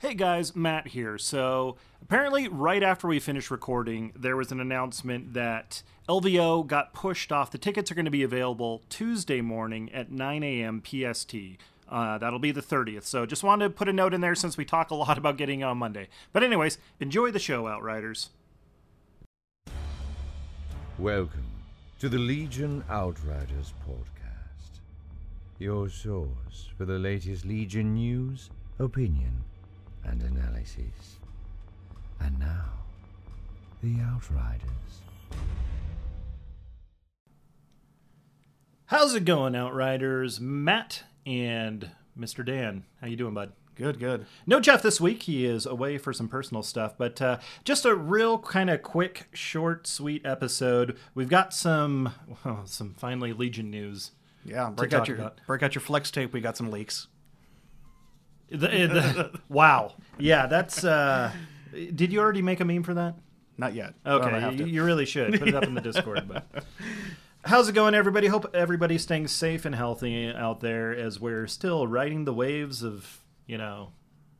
Hey guys, Matt here. So, apparently, right after we finished recording, there was an announcement that LVO got pushed off. The tickets are going to be available Tuesday morning at 9 a.m. PST. Uh, that'll be the 30th. So, just wanted to put a note in there since we talk a lot about getting on Monday. But, anyways, enjoy the show, Outriders. Welcome to the Legion Outriders podcast, your source for the latest Legion news, opinion, and analysis. And now, the Outriders. How's it going, Outriders? Matt and Mr. Dan. How you doing, bud? Good, good. No Jeff this week. He is away for some personal stuff, but uh, just a real kind of quick, short, sweet episode. We've got some well, some finally Legion news. Yeah, break talk out your about. break out your flex tape. We got some leaks. The- the- wow. Yeah, that's. Uh, did you already make a meme for that? Not yet. but I Okay, have you, to. you really should put it up in the Discord. But how's it going, everybody? Hope everybody's staying safe and healthy out there as we're still riding the waves of you know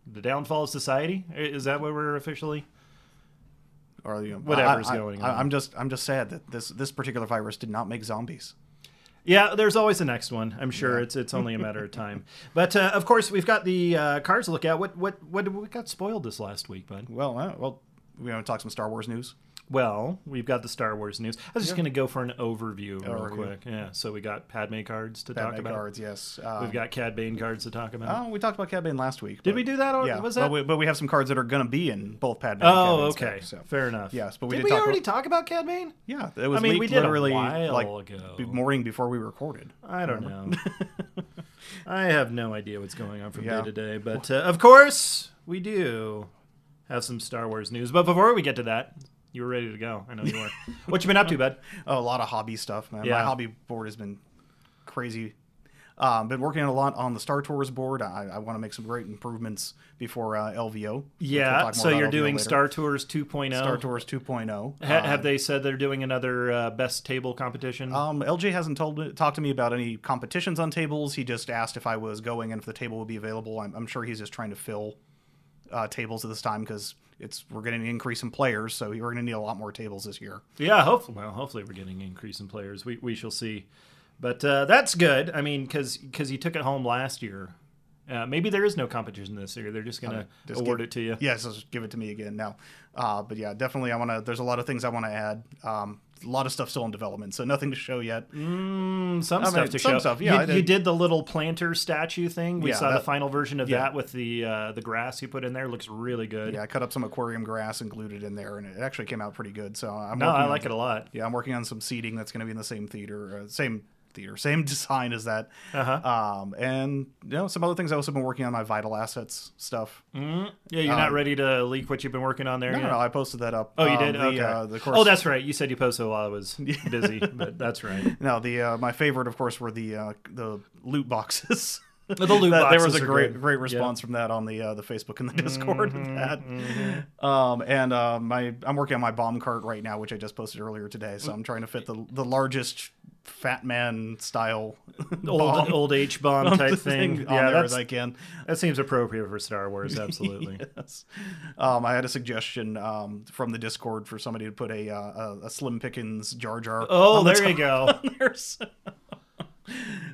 the downfall of society. I- Is that what we're officially? or you know, whatever's I- I- going I, on. I'm just I'm just sad that this this particular virus did not make zombies. Yeah, there's always the next one. I'm sure it's it's only a matter of time. But uh, of course, we've got the uh, cars to look at. What what what did- what got spoiled this last week, bud? Well, uh, well, we want to talk some Star Wars news. Well, we've got the Star Wars news. I was just gonna go for an overview real Overview. quick. Yeah. So we got Padme cards to talk Padme about. cards, yes. Um, We've got Cad Bane cards to talk about. Oh, we talked about Cad Bane last week. Did but- we do that? Or Yeah, was but that? we, but we have some cards that are going to be in both Padme. oh, and Cad Bane's okay. cards, so. Fair enough. Yes, but we did did we talk already talk about Cad Bane? Yeah, it was I mean, leaked we did a literally while like ago. be- morning before we recorded. I don't know. I have no idea what's going on from Yeah. day to day, but uh, of course we do have some Star Wars news. But before we get to that, you were ready to go. I know you were. what you been up to, bud? Oh, a lot of hobby stuff, man. Yeah. My hobby board has been crazy. Um, been working a lot on the Star Tours board. I, I want to make some great improvements before uh, LVO. which we'll Yeah. talk more so about you're LVO doing later. Star Tours 2.0. Star Tours oh. 2.0. Ha- have they said they're doing another uh, best table competition? Um, LJ hasn't told me, talked to me about any competitions on tables. He just asked if I was going and if the table would be available. I'm, I'm sure he's just trying to fill uh, tables at this time because it's we're getting an increase in players, so we're going to need a lot more tables this year. Yeah, hopefully. Well, hopefully we're getting an increase in players. We we shall see. But uh, that's good. I mean, because you took it home last year. Uh, maybe there is no competition this year. They're just gonna just award give- it to you. Yes, yeah, so just give it to me again now. Uh, but yeah, definitely, I want to. There's a lot of things I want to add. Um, a lot of stuff still in development, so nothing to show yet. Mm, some I stuff mean, to some show. stuff, yeah, You- I you, did. did the little planter statue thing. We Yeah, saw the that- final version of yeah. that with the uh, the grass you put in there. Looks really good. Yeah, I cut up some aquarium grass and glued it in there, and it actually came out pretty good. So I'm no, working Oh, I on- like it a lot. Yeah, I'm working on some seating that's going to be in the same theater, uh, same theater, same design as that. Uh-huh. Um, and you know, some other things I've also been working on my vital assets stuff. Mm-hmm. Yeah, you're not ready to leak what you've been working on there. Um, No, yet? no, no, I posted that up. Oh, you Um, did. The, okay. uh, the course, oh, that's right. You said you posted while I was busy, but that's right. no. The uh, my favorite, of course, were the uh, the loot boxes. The loot That- there was boxes a are great good. great response from that on the uh, the Facebook and the Discord. Mm-hmm, of that. Um, and uh, my I'm working on my bomb cart right now, which I just posted earlier today. So I'm trying to fit the the largest fat man style old bomb old H bomb type thing. on Yeah, there that's, as I can. that seems appropriate for Star Wars. Absolutely. Yes. Um, I had a suggestion um, from the Discord for somebody to put a uh, a, a Slim Pickens Jar Jar. Oh, on the there you go. top there, Um, so-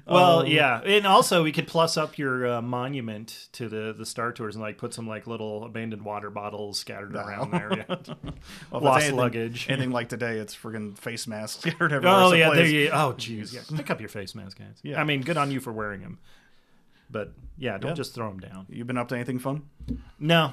Well, yeah, and also we could plus up your uh, monument to the the Star Tours and like put some like little abandoned water bottles scattered around there. Yeah. Well, if it's Lost anything- luggage. Anything like today, it's friggin' face masks scattered everywhere. oh It's a yeah, there place. you. Oh jeez, yeah, pick up your face mask, guys. Yeah. I mean, good on you for wearing them, but yeah, don't Yeah. just throw them down. You been up to anything fun? No,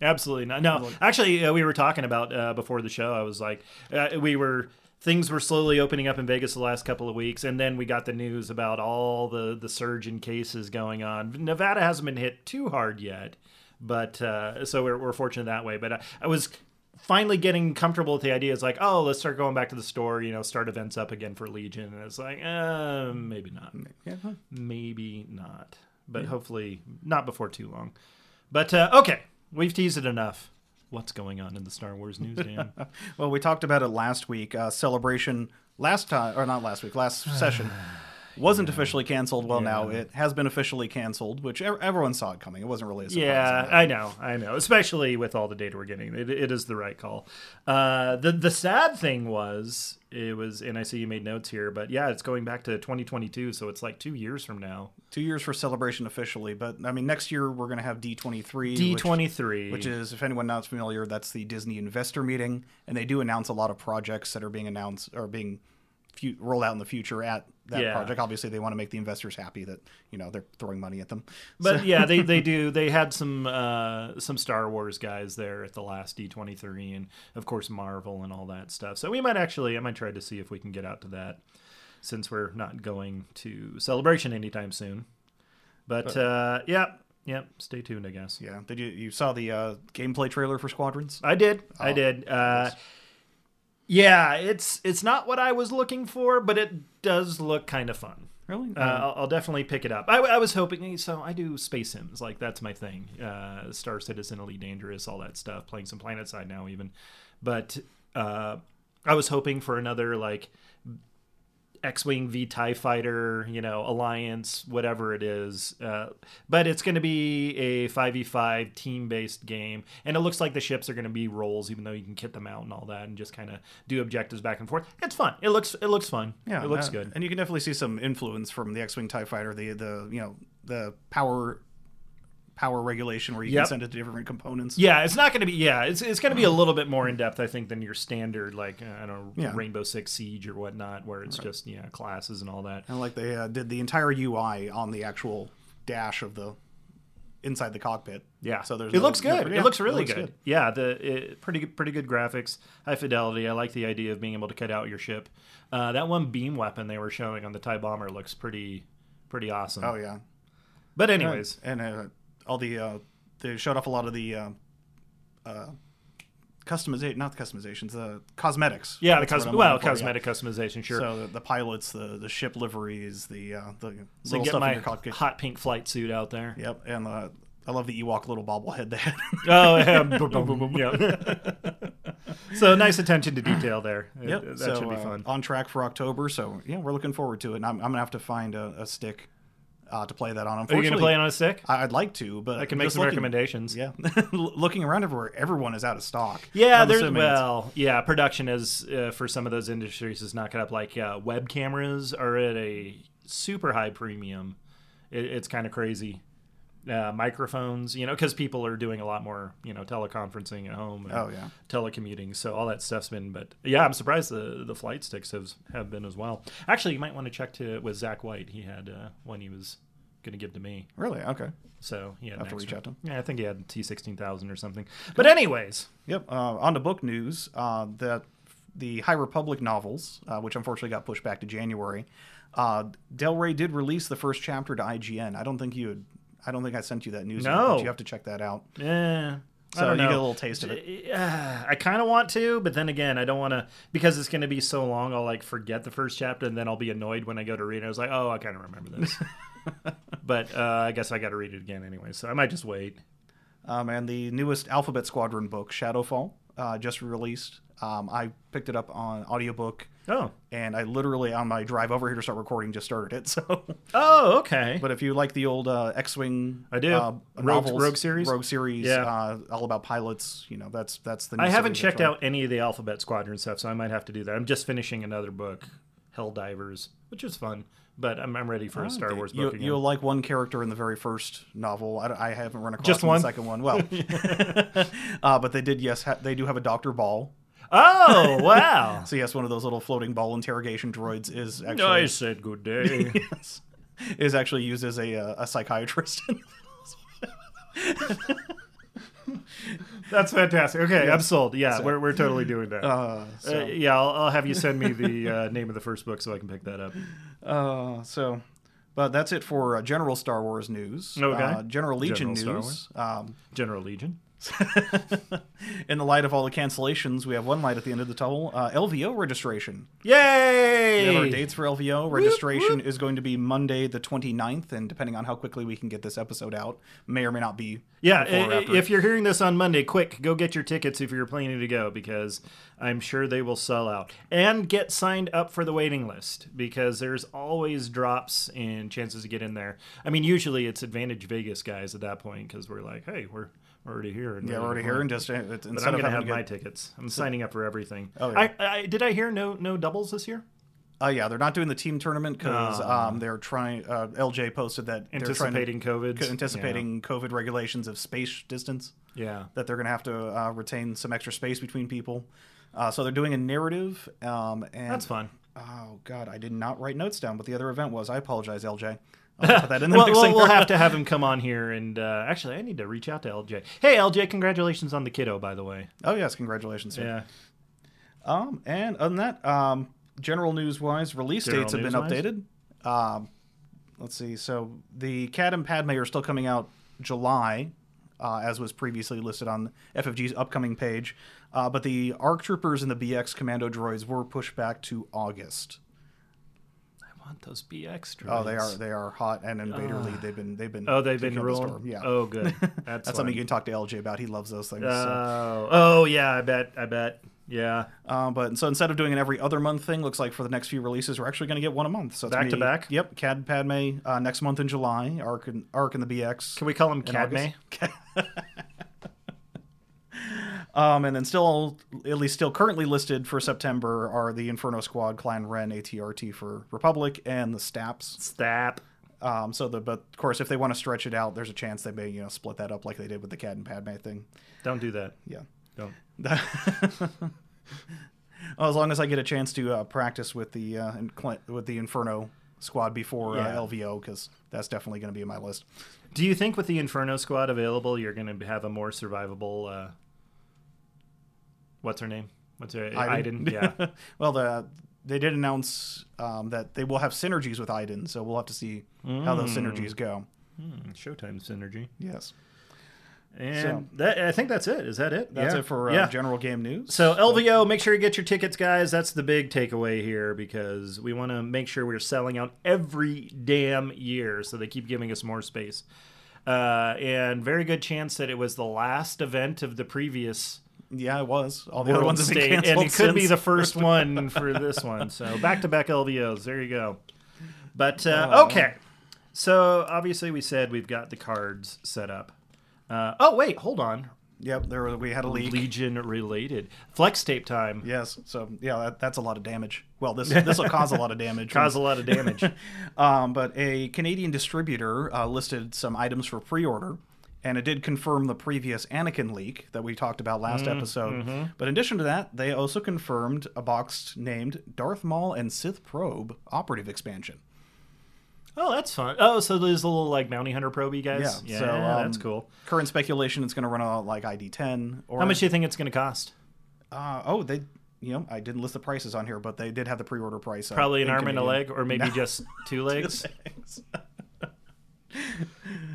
absolutely not. No, actually, uh, we were talking about uh, before the show. I was like, uh, we were things were slowly opening up in Vegas the last couple of weeks, and then we got the news about all the the surge in cases going on. Nevada hasn't been hit too hard yet, but uh, so we're, we're fortunate that way. But I, I was finally getting comfortable with the idea is like oh let's start going back to the store you know start events up again for legion and it's like uh, maybe not Yeah. maybe not but hopefully not before too long but uh, okay we've teased it enough what's going on in the star wars news dan Well, we talked about it last week. Uh, celebration last time, or not last week, last session. wasn't officially canceled. Well, now it has been officially canceled, which ev- everyone saw it coming. It wasn't really a surprise. Yeah, I know, I know. Especially with all the data we're getting, it, it is the right call. Uh, the the sad thing was it was, and I see you made notes here, but yeah, it's going back to 2022, so it's like two years from now. Two years for celebration officially, but I mean, next year we're going to have D23. which- D23, which is, if anyone not familiar, that's the Disney investor meeting, and they do announce a lot of projects that are being announced or being fu- rolled out in the future at that Yeah. project. Obviously, they want to make the investors happy that you know they're throwing money at them. but yeah, they, they do. They had some uh, some Star Wars guys there at the last D23, and of course Marvel and all that stuff. So we might actually, I might try to see if we can get out to that, since we're not going to celebration anytime soon. But uh, yeah, yeah, stay tuned, I guess. yeah, did you you saw the uh, gameplay trailer for Squadrons? I did. I did. Uh, yeah, it's it's not what I was looking for, but it does look kind of fun. Really? Uh, I'll, I'll definitely pick it up. I, I was hoping eh, so. I do space sims, like that's my thing. Uh, Star Citizen, Elite Dangerous, all that stuff. Playing some PlanetSide now, even. But uh, I was hoping for another like X-wing v Tie fighter, you know, Alliance, whatever it is. Uh, but it's going to be a five v five team-based game, and it looks like the ships are going to be roles, even though you can kit them out and all that, and just kind of do objectives back and forth. It's fun. It looks it looks fun. Yeah, it looks uh, good. and you can definitely see some influence from the X-wing Tie Fighter, the the you know the power power regulation where you Yep. can send it to different components. Yeah, it's not going to be. Yeah, it's it's going to be a little bit more in depth, I think, than your standard like uh, I don't know Yeah. Rainbow Six Siege or whatnot, where it's just yeah classes and all that. And like they uh, did the entire UI on the actual dash of the inside the cockpit. Yeah, So there's it no- looks no- good. yeah, it looks really looks good. Yeah, the it, pretty good- pretty good graphics, high fidelity. I like the idea of being able to cut out your ship. Uh, that one beam weapon they were showing on the Tie bomber looks pretty pretty awesome. Oh yeah. But anyways, And uh, all the uh, they showed off a lot of the uh, uh, customization, not the customizations, the cosmetics. yeah, the That's what cos- I'm well looking for, yeah. cosmetic customization, sure. So the, the pilots, the the ship liveries, the uh, the So little get stuff in my your cockpit. hot pink flight suit out there. Yep, and uh, I love the Ewok little bobblehead they had. Oh, yeah. Boom, boom, boom, boom. yeah. so nice attention to detail there. yep, That so, should be uh, fun. on track for October, so yeah, we're looking forward to it. And I'm, I'm gonna have to find a, a stick uh, to play that on. Are you Unfortunately, going to play it on a stick? I- I'd like to, but I can make some recommendations. Yeah, looking around everywhere, everyone is out of stock. Yeah, I'm there's assuming it's- well, yeah, production is uh, for some of those industries is not up. Like uh, web cameras are at a super high premium. It, it's kind of crazy. Uh, microphones, you know, because people are doing a lot more, you know, teleconferencing at home. And Oh, yeah. telecommuting. So all that stuff's been. But yeah, I'm surprised the the flight sticks have have been as well. Actually, you might want to check to with Zach White. He had uh, one he was going to give to me. Really? Okay. So yeah, Have to Oh, reach out to him. Yeah, I think he had T sixteen thousand or something. But anyways, Yep. Uh, on to book news. Uh, that the High Republic novels, uh, which unfortunately got pushed back to January, uh, Del Rey did release the first chapter to IGN. I don't think you had. I don't think I sent you that news. yet, No. but you have to check that out. yeah. I So don't you know. get a little taste of it. Yeah, I kind of want to, but then again, I don't want to because it's going to be so long. I'll like forget the first chapter, and then I'll be annoyed when I go to read it. I was like, oh, I kind of remember this, but uh, I guess I got to read it again anyway. So I might just wait. Um, and the newest Alphabet Squadron book, Shadowfall, uh, just released. Um, I picked it up on audiobook, Oh, and I literally on my drive over here to start recording just started it. So oh, okay. But if you like the old uh, X-wing, I do. Uh, Rogue- novels, Rogue series? Rogue series, Yeah. uh, all about pilots. You know, that's that's the. New I haven't series checked that's out any of the Alphabet Squadron stuff, so I might have to do that. I'm just finishing another book, Helldivers, which is fun, but I'm, I'm ready for a Star on. Wars Oh, You, book again. you'll like one character in the very first novel. I, don't- I haven't run across Just him in one? the second one. Well, uh, but they did. Yes, ha- they do have a Doctor Ball. Oh, wow. So yes, one of those little floating ball interrogation droids is actually I said good day. yes, is actually used as a uh, a psychiatrist. That's fantastic. Okay, I'm sold. Yeah, we're, we're totally doing that. uh, so. Uh, yeah, I'll, I'll have you send me the uh, name of the first book so I can pick that up. Uh, so, but that's it for uh, general Star Wars news. Okay. Uh, general Legion General Star news. Um, General Legion. In the light of all the cancellations, we have one light at the end of the tunnel. Uh, LVO registration. We have our Yay! dates for LVO. Registration is going to be Monday the 29th, and depending on how quickly we can get this episode out, may or may not be. Yeah, before or i- i- after. if you're hearing this on Monday, quick, go get your tickets if you're planning to go because I'm sure they will sell out. And get signed up for the waiting list because there's always drops and chances to get in there. I mean, usually it's Advantage Vegas guys at that point because we're like, hey, we're we're already here. and yeah, we're already here, and just uh, it's, But instead I'm of gonna have having my to tickets. I'm signing up for everything. Oh, yeah. I, I did I hear no no doubles this year? get- uh, yeah, they're not doing the team tournament because um, they're trying. Uh, LJ posted that they're trying to- Oh. Anticipating COVID. anticipating COVID regulations of space distance. Yeah. yeah. that they're going to have to uh, retain some extra space between people. Uh, so they're doing a narrative. Um, and That's fun. Oh God, I did not write notes down what the other event was. I apologize, LJ. I'll put that in the Well, next we'll, thing. we'll have to have him come on here and uh, actually, I need to reach out to LJ. Hey, LJ, congratulations on the kiddo, by the way. Oh yes, congratulations. Sir. Yeah, Um, and other than that, um, general news wise, release General dates have been news-wise? updated. Um, let's see. So the Cad and Padme are still coming out July, uh, as was previously listed on FFG's upcoming page. Uh, but the ARC troopers and the BX commando droids were pushed back to August. I want those BX droids. Oh, they are they are hot and in Vader Lead. They've been they've been Oh, they've taking been up the ruling. storm. Yeah, Oh, good. That's, that's something you can talk to LJ about. He loves those things. Oh, so. oh yeah. I bet. I bet. Yeah. Um, but so instead of doing an every other month thing, looks like for the next few releases, we're actually going to get one a month. So it's Back gonna to be- back? Yep, Cad Padme uh, next month in July. Arc and Arc and the BX. Can we call him in Cadme? August. um, and then still at least still currently listed for September are the Inferno Squad, Clan Ren, ATRT for Republic, and the Staps. Stap. Um, so the but of course if they want to stretch it out, there's a chance they may you know split that up like they did with the Cad and Padme thing. Don't do that. Yeah. Don't. Well, as long as I get a chance to uh, practice with the uh, in- Clint, with the Inferno squad before Yeah. uh, LVO, because that's definitely going to be in my list. Do you think with the Inferno Squad available, you're going to have a more survivable? Uh, what's her name? What's her? Iden. Yeah. well, the they did announce um, that they will have synergies with Iden, so we'll have to see how those Mm. synergies go. Hmm, Showtime synergy. Yes, And So- that I think that's it. Is that it? that's Yeah. it for uh, yeah. general game news. So LVO, make sure you get your tickets, guys. That's the big takeaway here because we want to make sure we're selling out every damn year, so they keep giving us more space. Uh, and very good chance that it was the last event of the previous yeah, it was all the world other ones have been state, and canceled it could be since. the first one for this one. So back to back LVOs. There you go. But uh, okay, so obviously we said we've got the cards set up. Uh, oh wait, hold on. Yep, there was- we had a leak. Legion related flex tape time. Yes, so yeah, that, that's a lot of damage. Well, this this will cause a lot of damage. cause a lot of damage. Um, but a Canadian distributor uh, listed some items for pre-order, and it did confirm the previous Anakin leak that we talked about last Mm-hmm, episode. But in addition to that, they also confirmed a box named Darth Maul and Sith Probe Operative Expansion. oh, that's fun. Oh, so there's a little like bounty hunter probey guys. Yeah, Yeah, uh, so, that's um, cool. Current speculation it's going to run out like ID10 or How much do you think it's going to cost? Uh, oh, they you know I didn't list the prices on here, but they did have the pre-order price. uh, Probably an in arm and a Canadian. leg, or maybe just two legs.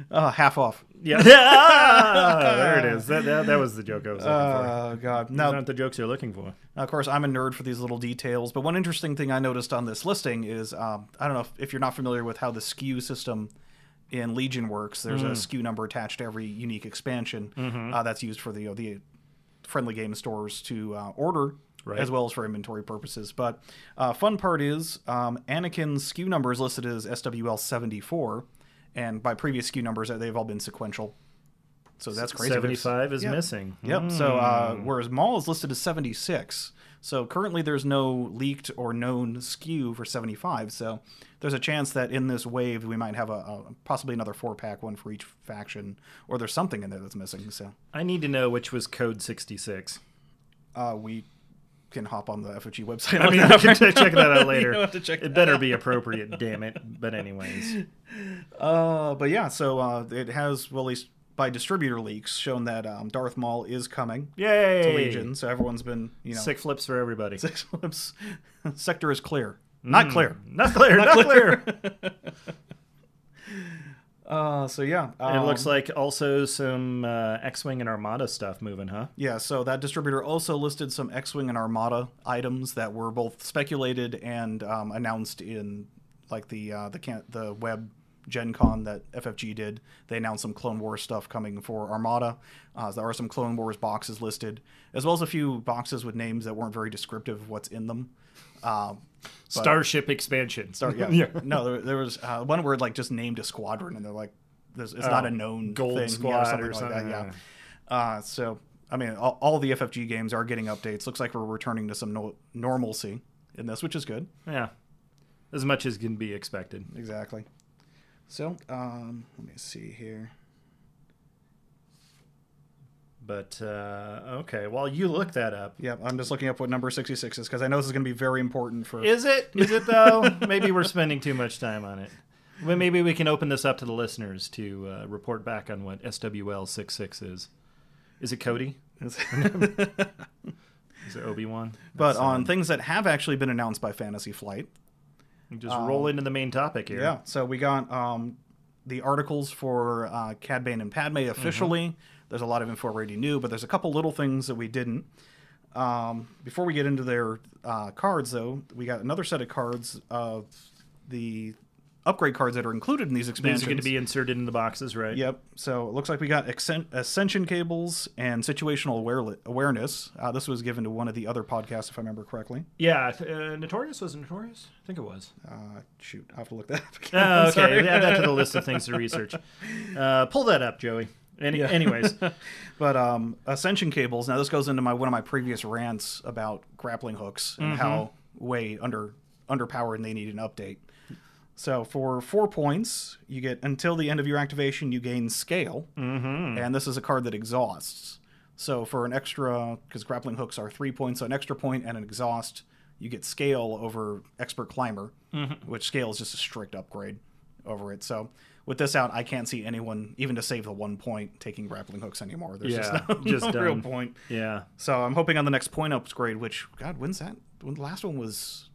Uh, half off. yeah, Ah, there it is. That, that, that was the joke I was looking for. Oh God! These No, aren't the jokes you're looking for. Now, Of course, I'm a nerd for these little details, but one interesting thing I noticed on this listing is um, I don't know if, if you're not familiar with how the SKU system in Legion works. There's Hmm. a SKU number attached to every unique expansion Mm-hmm. uh, that's used for the you know, the friendly game stores to uh, order, Right. as well as for inventory purposes. But uh, fun part is um, Anakin's SKU number is listed as SWL 74, and by previous SKU numbers, they've all been sequential. So that's crazy. There's- 75 is yeah. missing. Hmm. Yep. So uh, whereas Maul is listed as 76, so currently there's no leaked or known skew for 75. So there's a chance that in this wave we might have a, a possibly another four pack, one for each faction, or there's something in there that's missing. So I need to know which was code 66. uh, we can hop on the FFG website. and I look mean, that we up can right t- check that out now. later. You'll have to check it better be appropriate, damn it. But anyways, Uh, but yeah, so uh, it has well, at least by distributor leaks shown that um, Darth Maul is coming yay! to Legion. So everyone's been you know Sick flips for everybody. six flips. Sector is clear, not clear. Not clear. not clear. Uh, so yeah, And it um, looks like also some uh, X-wing and Armada stuff moving, huh? Yeah, so that distributor also listed some X-wing and Armada items that were both speculated and um, announced in like the uh, the can- the web Gen Con that FFG did. They announced some Clone Wars stuff coming for Armada. Uh, there are some Clone Wars boxes listed, as well as a few boxes with names that weren't very descriptive of what's in them. Um, Starship expansion. Star, yeah. No, there, there was uh, one word like just named a squadron, and they're like, there's, it's not a known Oh, Gold thing, yeah, Squad or like that. something, Yeah. Uh, so I mean, all, all the FFG games are getting updates. Looks like we're returning to some no- normalcy in this, which is good. Yeah, as much as can be expected. Exactly. So um, let me see here. But uh, okay, while you look that up, Yep, I'm just looking up what number 66 is because I know this is going to be very important for. Is it? Is it though? maybe we're spending too much time on it. Well, maybe we can open this up to the listeners to uh, report back on what SWL 66 is. Is it Cody? Is it Obi Wan? but on things that have actually been announced by Fantasy Flight, Just roll into the main topic here. Um, Yeah. So we got um, the articles for uh, Cad Bane and Padme officially. There's a lot of info already new, but there's a couple little things that we didn't. Um, before we get into their uh, cards, though, we got another set of cards of the upgrade cards that are included in these expansions. These are going to be inserted in the boxes, right? Yep. So it looks like we got accen- ascension cables and situational aware- awareness. Uh, this was given to one of the other podcasts, if I remember correctly. Yeah. I th- Uh, Notorious was it Notorious? I think it was. Uh, shoot, I have to look that up. Again. Oh, I'm sorry. okay. Add that to the list of things to research. Uh, pull that up, Joey. Any- Anyways, But um, ascension cables. Now this goes into my one of my previous rants about grappling hooks and how way under underpowered and they need an update. So for four points, you get until the end of your activation, you gain scale, mm-hmm. and this is a card that exhausts. So for an extra, because grappling hooks are three points, so an extra point and an exhaust, you get scale over expert climber, Mm-hmm. which scale is just a strict upgrade over it. So with this out, I can't see anyone even to save the one point taking grappling hooks anymore. There's Yeah, just no, just no real done. point. yeah. So I'm hoping on the next point upgrade, which God, when's that? When the last one was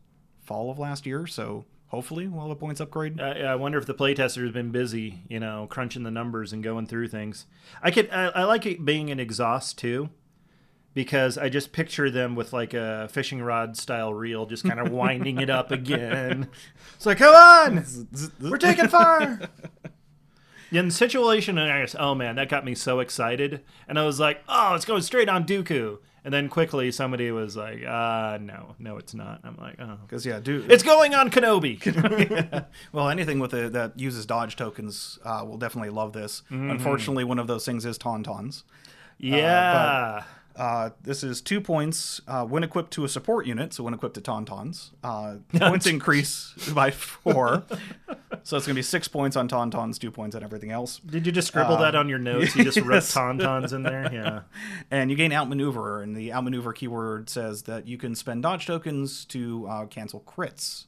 fall of last year, so hopefully we'll have a points upgrade. I, I wonder if the playtester's been busy, you know, crunching the numbers and going through things. I could, I, I like it being an exhaust too, because I just picture them with like a fishing rod style reel, just kind of winding it up again. It's like, come on, we're taking fire. In situation, and I guess, oh man, that got me so excited, and I was like, oh, it's going straight on Dooku. And then quickly, somebody was like, uh, no, no, it's not. I'm like, oh, Because yeah, dude, it's going on Kenobi. well, anything with a, that uses dodge tokens uh, will definitely love this. Unfortunately, one of those things is tauntauns. yeah. Uh, this is two points uh, when equipped to a support unit, so when equipped to Tauntauns. Uh, points increase by four. so it's going to be six points on Tauntauns, two points on everything else. Did you just scribble Um, that on your notes? You just wrote tauntauns in there? Yeah. And you gain outmaneuver, and the outmaneuver keyword says that you can spend dodge tokens to uh, cancel crits.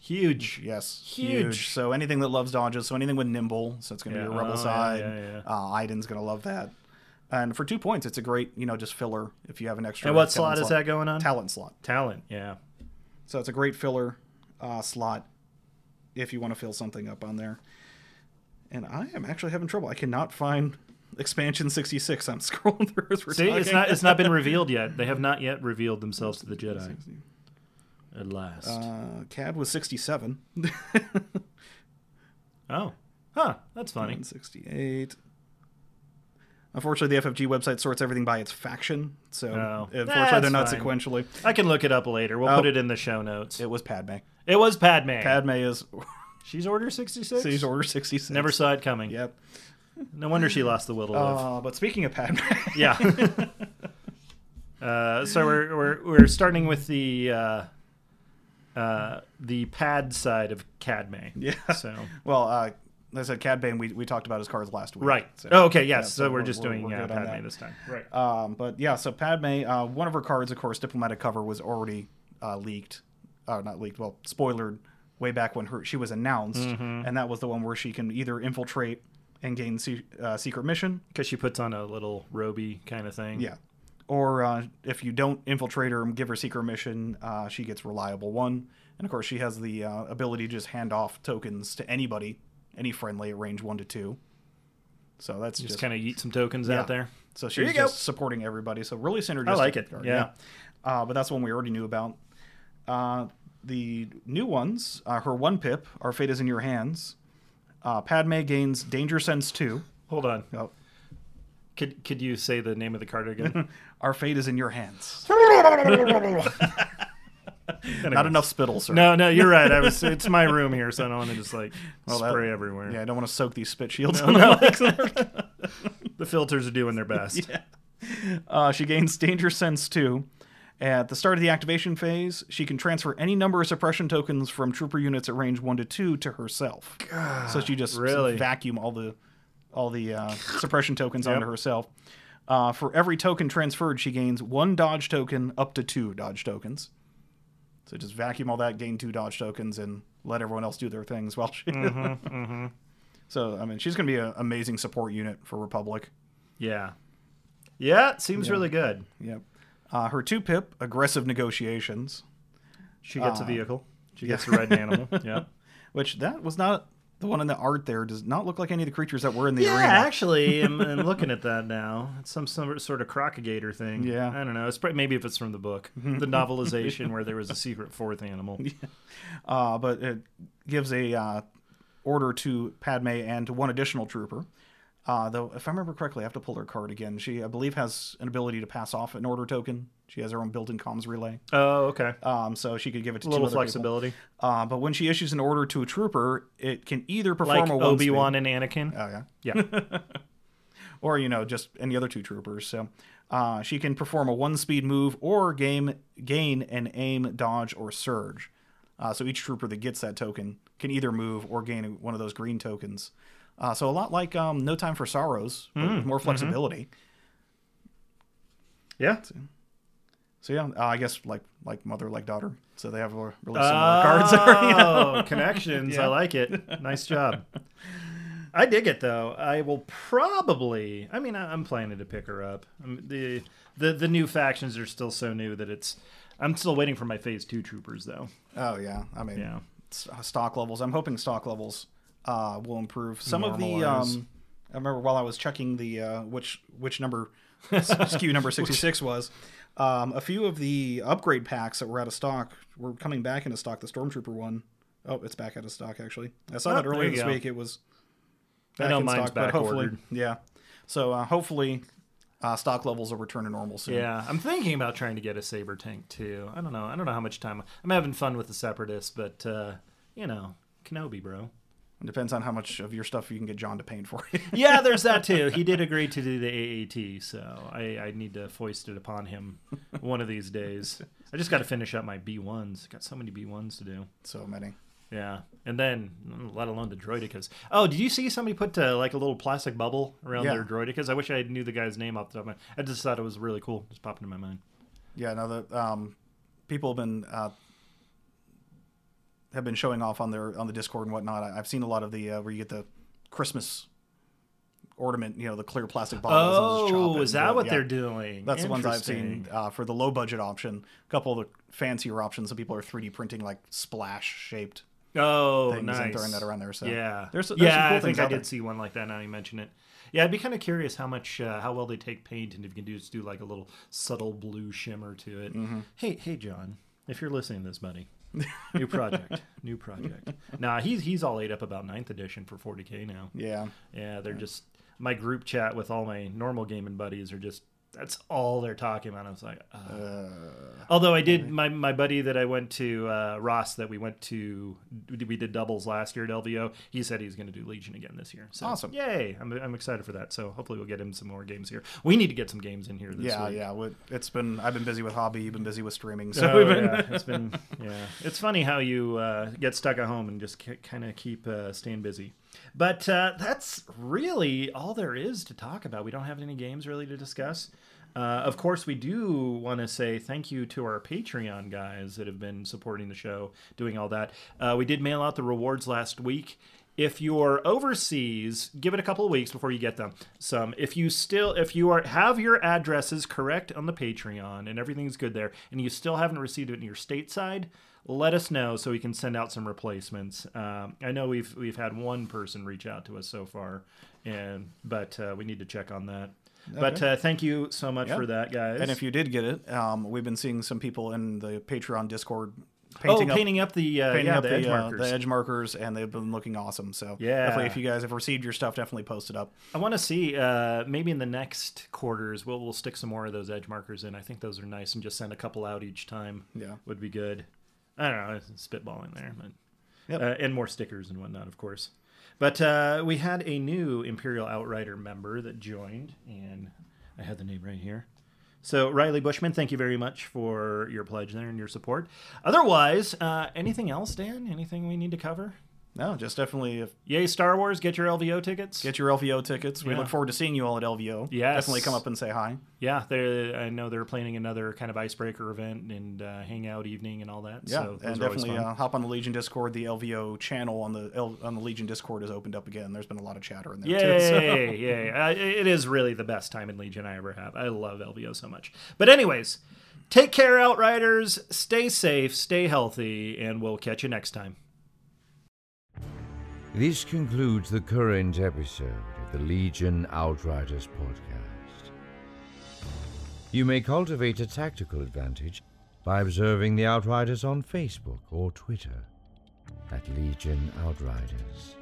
Huge. Yes, Huge. So anything that loves dodges, so anything with nimble, so it's going to Yeah. be a rebel Oh, yeah, side. yeah, yeah. Uh, Iden's going to love that. And for two points, it's a great, you know, just filler if you have an extra. And what slot talent is that going on? Talent slot. Talent. Yeah. So it's a great filler uh, slot if you want to fill something up on there. And I am actually having trouble. I cannot find expansion 66. I'm scrolling through as we're See, it's talking. not it's not been revealed yet. They have not yet revealed themselves to the Jedi. At last. Uh, CAD was 67. oh. Huh. That's funny. 168. Unfortunately, the FFG website sorts everything by its faction, so Oh. unfortunately That's they're not fine. sequentially. I can look it up later. We'll Oh. put it in the show notes. It was Padme. It was Padme. Padme is She's Order 66? Cities Order 66. Never saw it coming. Yep. No wonder she lost the will to live. Uh, but speaking of Padme, Yeah. uh, so we're, we're we're starting with the uh, uh, the pad side of Cadme. Yeah. So well, uh, as I said, Cad Bane, we, we talked about his cards last week. right. So- oh, okay. Yes. yeah, so, we're, just doing we're uh, good on Padme that. this time. Uh, Right. Um, but yeah, so Padme, uh, one of her cards, of course, diplomatic cover was already uh, leaked, uh, not leaked, well, spoilered way back when her she was announced, and that was the one where she can either infiltrate and gain se- uh, secret mission, Because she puts on a little roby kind of thing. yeah, or uh, if you don't infiltrate her and give her secret mission, uh, she gets reliable one, and of course she has the uh, ability to just hand off tokens to anybody any friendly at range one to two. So that's Just just, kind of eat some tokens Yeah. out there. so Here she's you go. just supporting everybody. So really synergistic. I like it. card, Yeah. Uh, but that's one we already knew about. Uh, the new ones, uh, her one pip, our fate is in your hands. Uh, Padme gains danger sense two. Hold on. Oh, Could could you say the name of the card again? our fate is in your hands. Not enough spittle, sir. no, no, you're right. I was. It's my room here, so I don't want to just like that- spray everywhere. Yeah, I don't want to soak these spit shields. The filters are doing their best. Uh, she gains Danger Sense 2. At the start of the activation phase, she can transfer any number of suppression tokens from trooper units at range 1 to 2 to herself. so she just really? vacuum all the all the uh, suppression tokens onto Yep. herself. Uh, for every token transferred, she gains one dodge token up to two dodge tokens. So just vacuum all that, gain two dodge tokens, and let everyone else do their things while she. Mm-hmm, So I mean, she's going to be an amazing support unit for Republic. Yeah. Yeah, it seems really good. Yep. Uh, her two pip, aggressive negotiations, She gets Uh, a vehicle. She gets to ride an animal. Yeah. which that was not the one in the art there does not look like any of the creatures that were in the Yeah, arena. actually, I'm, I'm looking at that now. It's some, some sort of crocagator thing. Yeah. Mm-hmm. I don't know. It's, prob- maybe if it's from the book, the novelization where there was a secret fourth animal. Uh, but it gives a uh, order to Padme and to one additional trooper. Uh, though, if I remember correctly, I have to pull her card again. She, I believe, has an ability to pass off an order token. She has her own built-in comms relay, Oh, okay. um, so she could give it to A little two other people. flexibility. Uh, but when she issues an order to a trooper, it can either perform Like a one Obi Wan and Anakin. Oh yeah. yeah. or you know just any other two troopers. So uh, she can perform a one-speed move or game gain an aim, dodge, or surge. Uh, so each trooper that gets that token can either move or gain one of those green tokens. Uh, so a lot like um, No Time for Sorrows, but with more flexibility. Yeah. So yeah, uh, I guess like like mother like daughter. So they have a really similar Uh, cards. Oh, connections. Yeah. I like it. Nice job. I dig it though. I will probably. I mean, I, I'm planning to pick her up. Um, the the the new factions are still so new that it's. I'm still waiting for my phase two troopers though. Oh yeah, I mean Yeah. s- uh, stock levels. I'm hoping stock levels uh, will improve. Some of Normalize. the um, I remember while I was checking the uh, which which number s- SKU number 66 was. Um, a few of the upgrade packs that were out of stock were coming back into stock. The Stormtrooper one, oh, it's back out of stock actually. I saw Oh, that there earlier you this go. week. It was I back know in mine's stock, but back hopefully, ordered. yeah. So uh, hopefully, uh, stock levels will return to normal soon. Yeah, I'm thinking about trying to get a saber tank too. I don't know. I don't know how much time I'm having fun with the separatists, but uh, you know, Kenobi, bro. depends on how much of your stuff you can get John to paint for you. Yeah, there's that too. He did agree to do the AAT, so I, I need to foist it upon him one of these days. I just got to finish up my B1s. Got so many B1s to do. so many. Yeah, and then mm, let alone the droidicas. Oh, did you see somebody put uh, like a little plastic bubble around Yeah. their droidicas? I wish I knew the guy's name off the top of my. I just thought it was really cool. Just popped into my mind. Yeah, no, the um, people have been uh, have been showing off on their on the Discord and whatnot. I, I've seen a lot of the uh, where you get the Christmas ornament, you know, the clear plastic bottles. and just chop Oh, it is and do that it. what Yeah. they're doing? That's the ones I've Interesting. seen uh, for the low budget option. A couple of the fancier options, some people are 3D printing like splash shaped Oh, things nice. and throwing that around there. So Yeah, there's, there's yeah. some cool I things think I out did there. see one like that. Now you mention it. Yeah, I'd be kind of curious how much, uh, how well they take paint, and if you can do just do like a little subtle blue shimmer to it. Mm-hmm. Hey, hey, John, if you're listening to this, buddy, new project, new project. Nah, he's he's all ate up about ninth edition for 40k now. Yeah, Yeah, they're just my group chat with all my normal gaming buddies are just that's all they're talking about. I was like, uh. although I did my my buddy that I went to uh, Ross that we went to we did doubles last year at LVO. He said he's going to do Legion again this year. So, Awesome. Yay! I'm I'm excited for that. So hopefully we'll get him some more games here. We need to get some games in here this yeah, week. yeah. we- It's been I've been busy with hobby. You've been busy with streaming. So So we've been Oh, yeah, it's been yeah. It's funny how you uh, get stuck at home and just k- kind of keep uh, staying busy. But uh, that's really all there is to talk about. We don't have any games really to discuss. Uh, of course, we do want to say thank you to our Patreon guys that have been supporting the show, doing all that. Uh, we did mail out the rewards last week, If you're overseas, give it a couple of weeks before you get them. Some. If you still, if you are have your addresses correct on the Patreon and everything's good there, and you still haven't received it in your stateside, let us know so we can send out some replacements. Um, I know we've we've had one person reach out to us so far, and but uh, we need to check on that. But uh, thank you so much Yeah. for that, guys. And if you did get it, um, we've been seeing some people in the Patreon Discord oh, painting up painting up the uh, painting yeah, up the, the, edge uh, markers. the edge markers, and they've been looking awesome. So Yeah. definitely, if you guys have received your stuff, definitely post it up. I want to see uh, maybe in the next quarters we'll we'll stick some more of those edge markers in. I think those are nice and just send a couple out each time. Yeah. would be good. I don't know, it's spitballing there, but Yep. uh, and more stickers and whatnot, of course. But uh, we had a new Imperial Outrider member that joined, and I had the name right here. So Riley Bushman, thank you very much for your pledge there and your support. Otherwise, uh, anything else, Dan? Anything we need to cover? No, just definitely if, Yay, Star Wars! Get your LVO tickets. get your LVO tickets. We Yeah. look forward to seeing you all at LVO. Yes. definitely come up and say hi. Yeah, they I know they're planning another kind of icebreaker event and uh, hangout evening and all that. Yeah, so those and are always definitely fun. uh, hop on the Legion Discord. The LVO channel on the L- on the Legion Discord is opened up again. There's been a lot of chatter in there too. so- Yay, yay. Uh, it is really the best time in Legion I ever have. I love LVO so much. But, anyways, take care, Outriders. Stay safe, stay healthy, and we'll catch you next time. This concludes the current episode of the Legion Outriders podcast. You may cultivate a tactical advantage by observing the Outriders on Facebook or Twitter at Legion Outriders.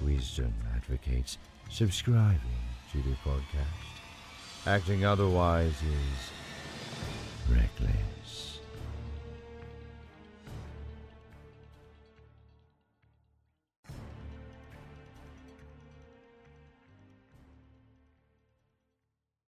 Wisdom advocates subscribing to the podcast. Acting otherwise is reckless.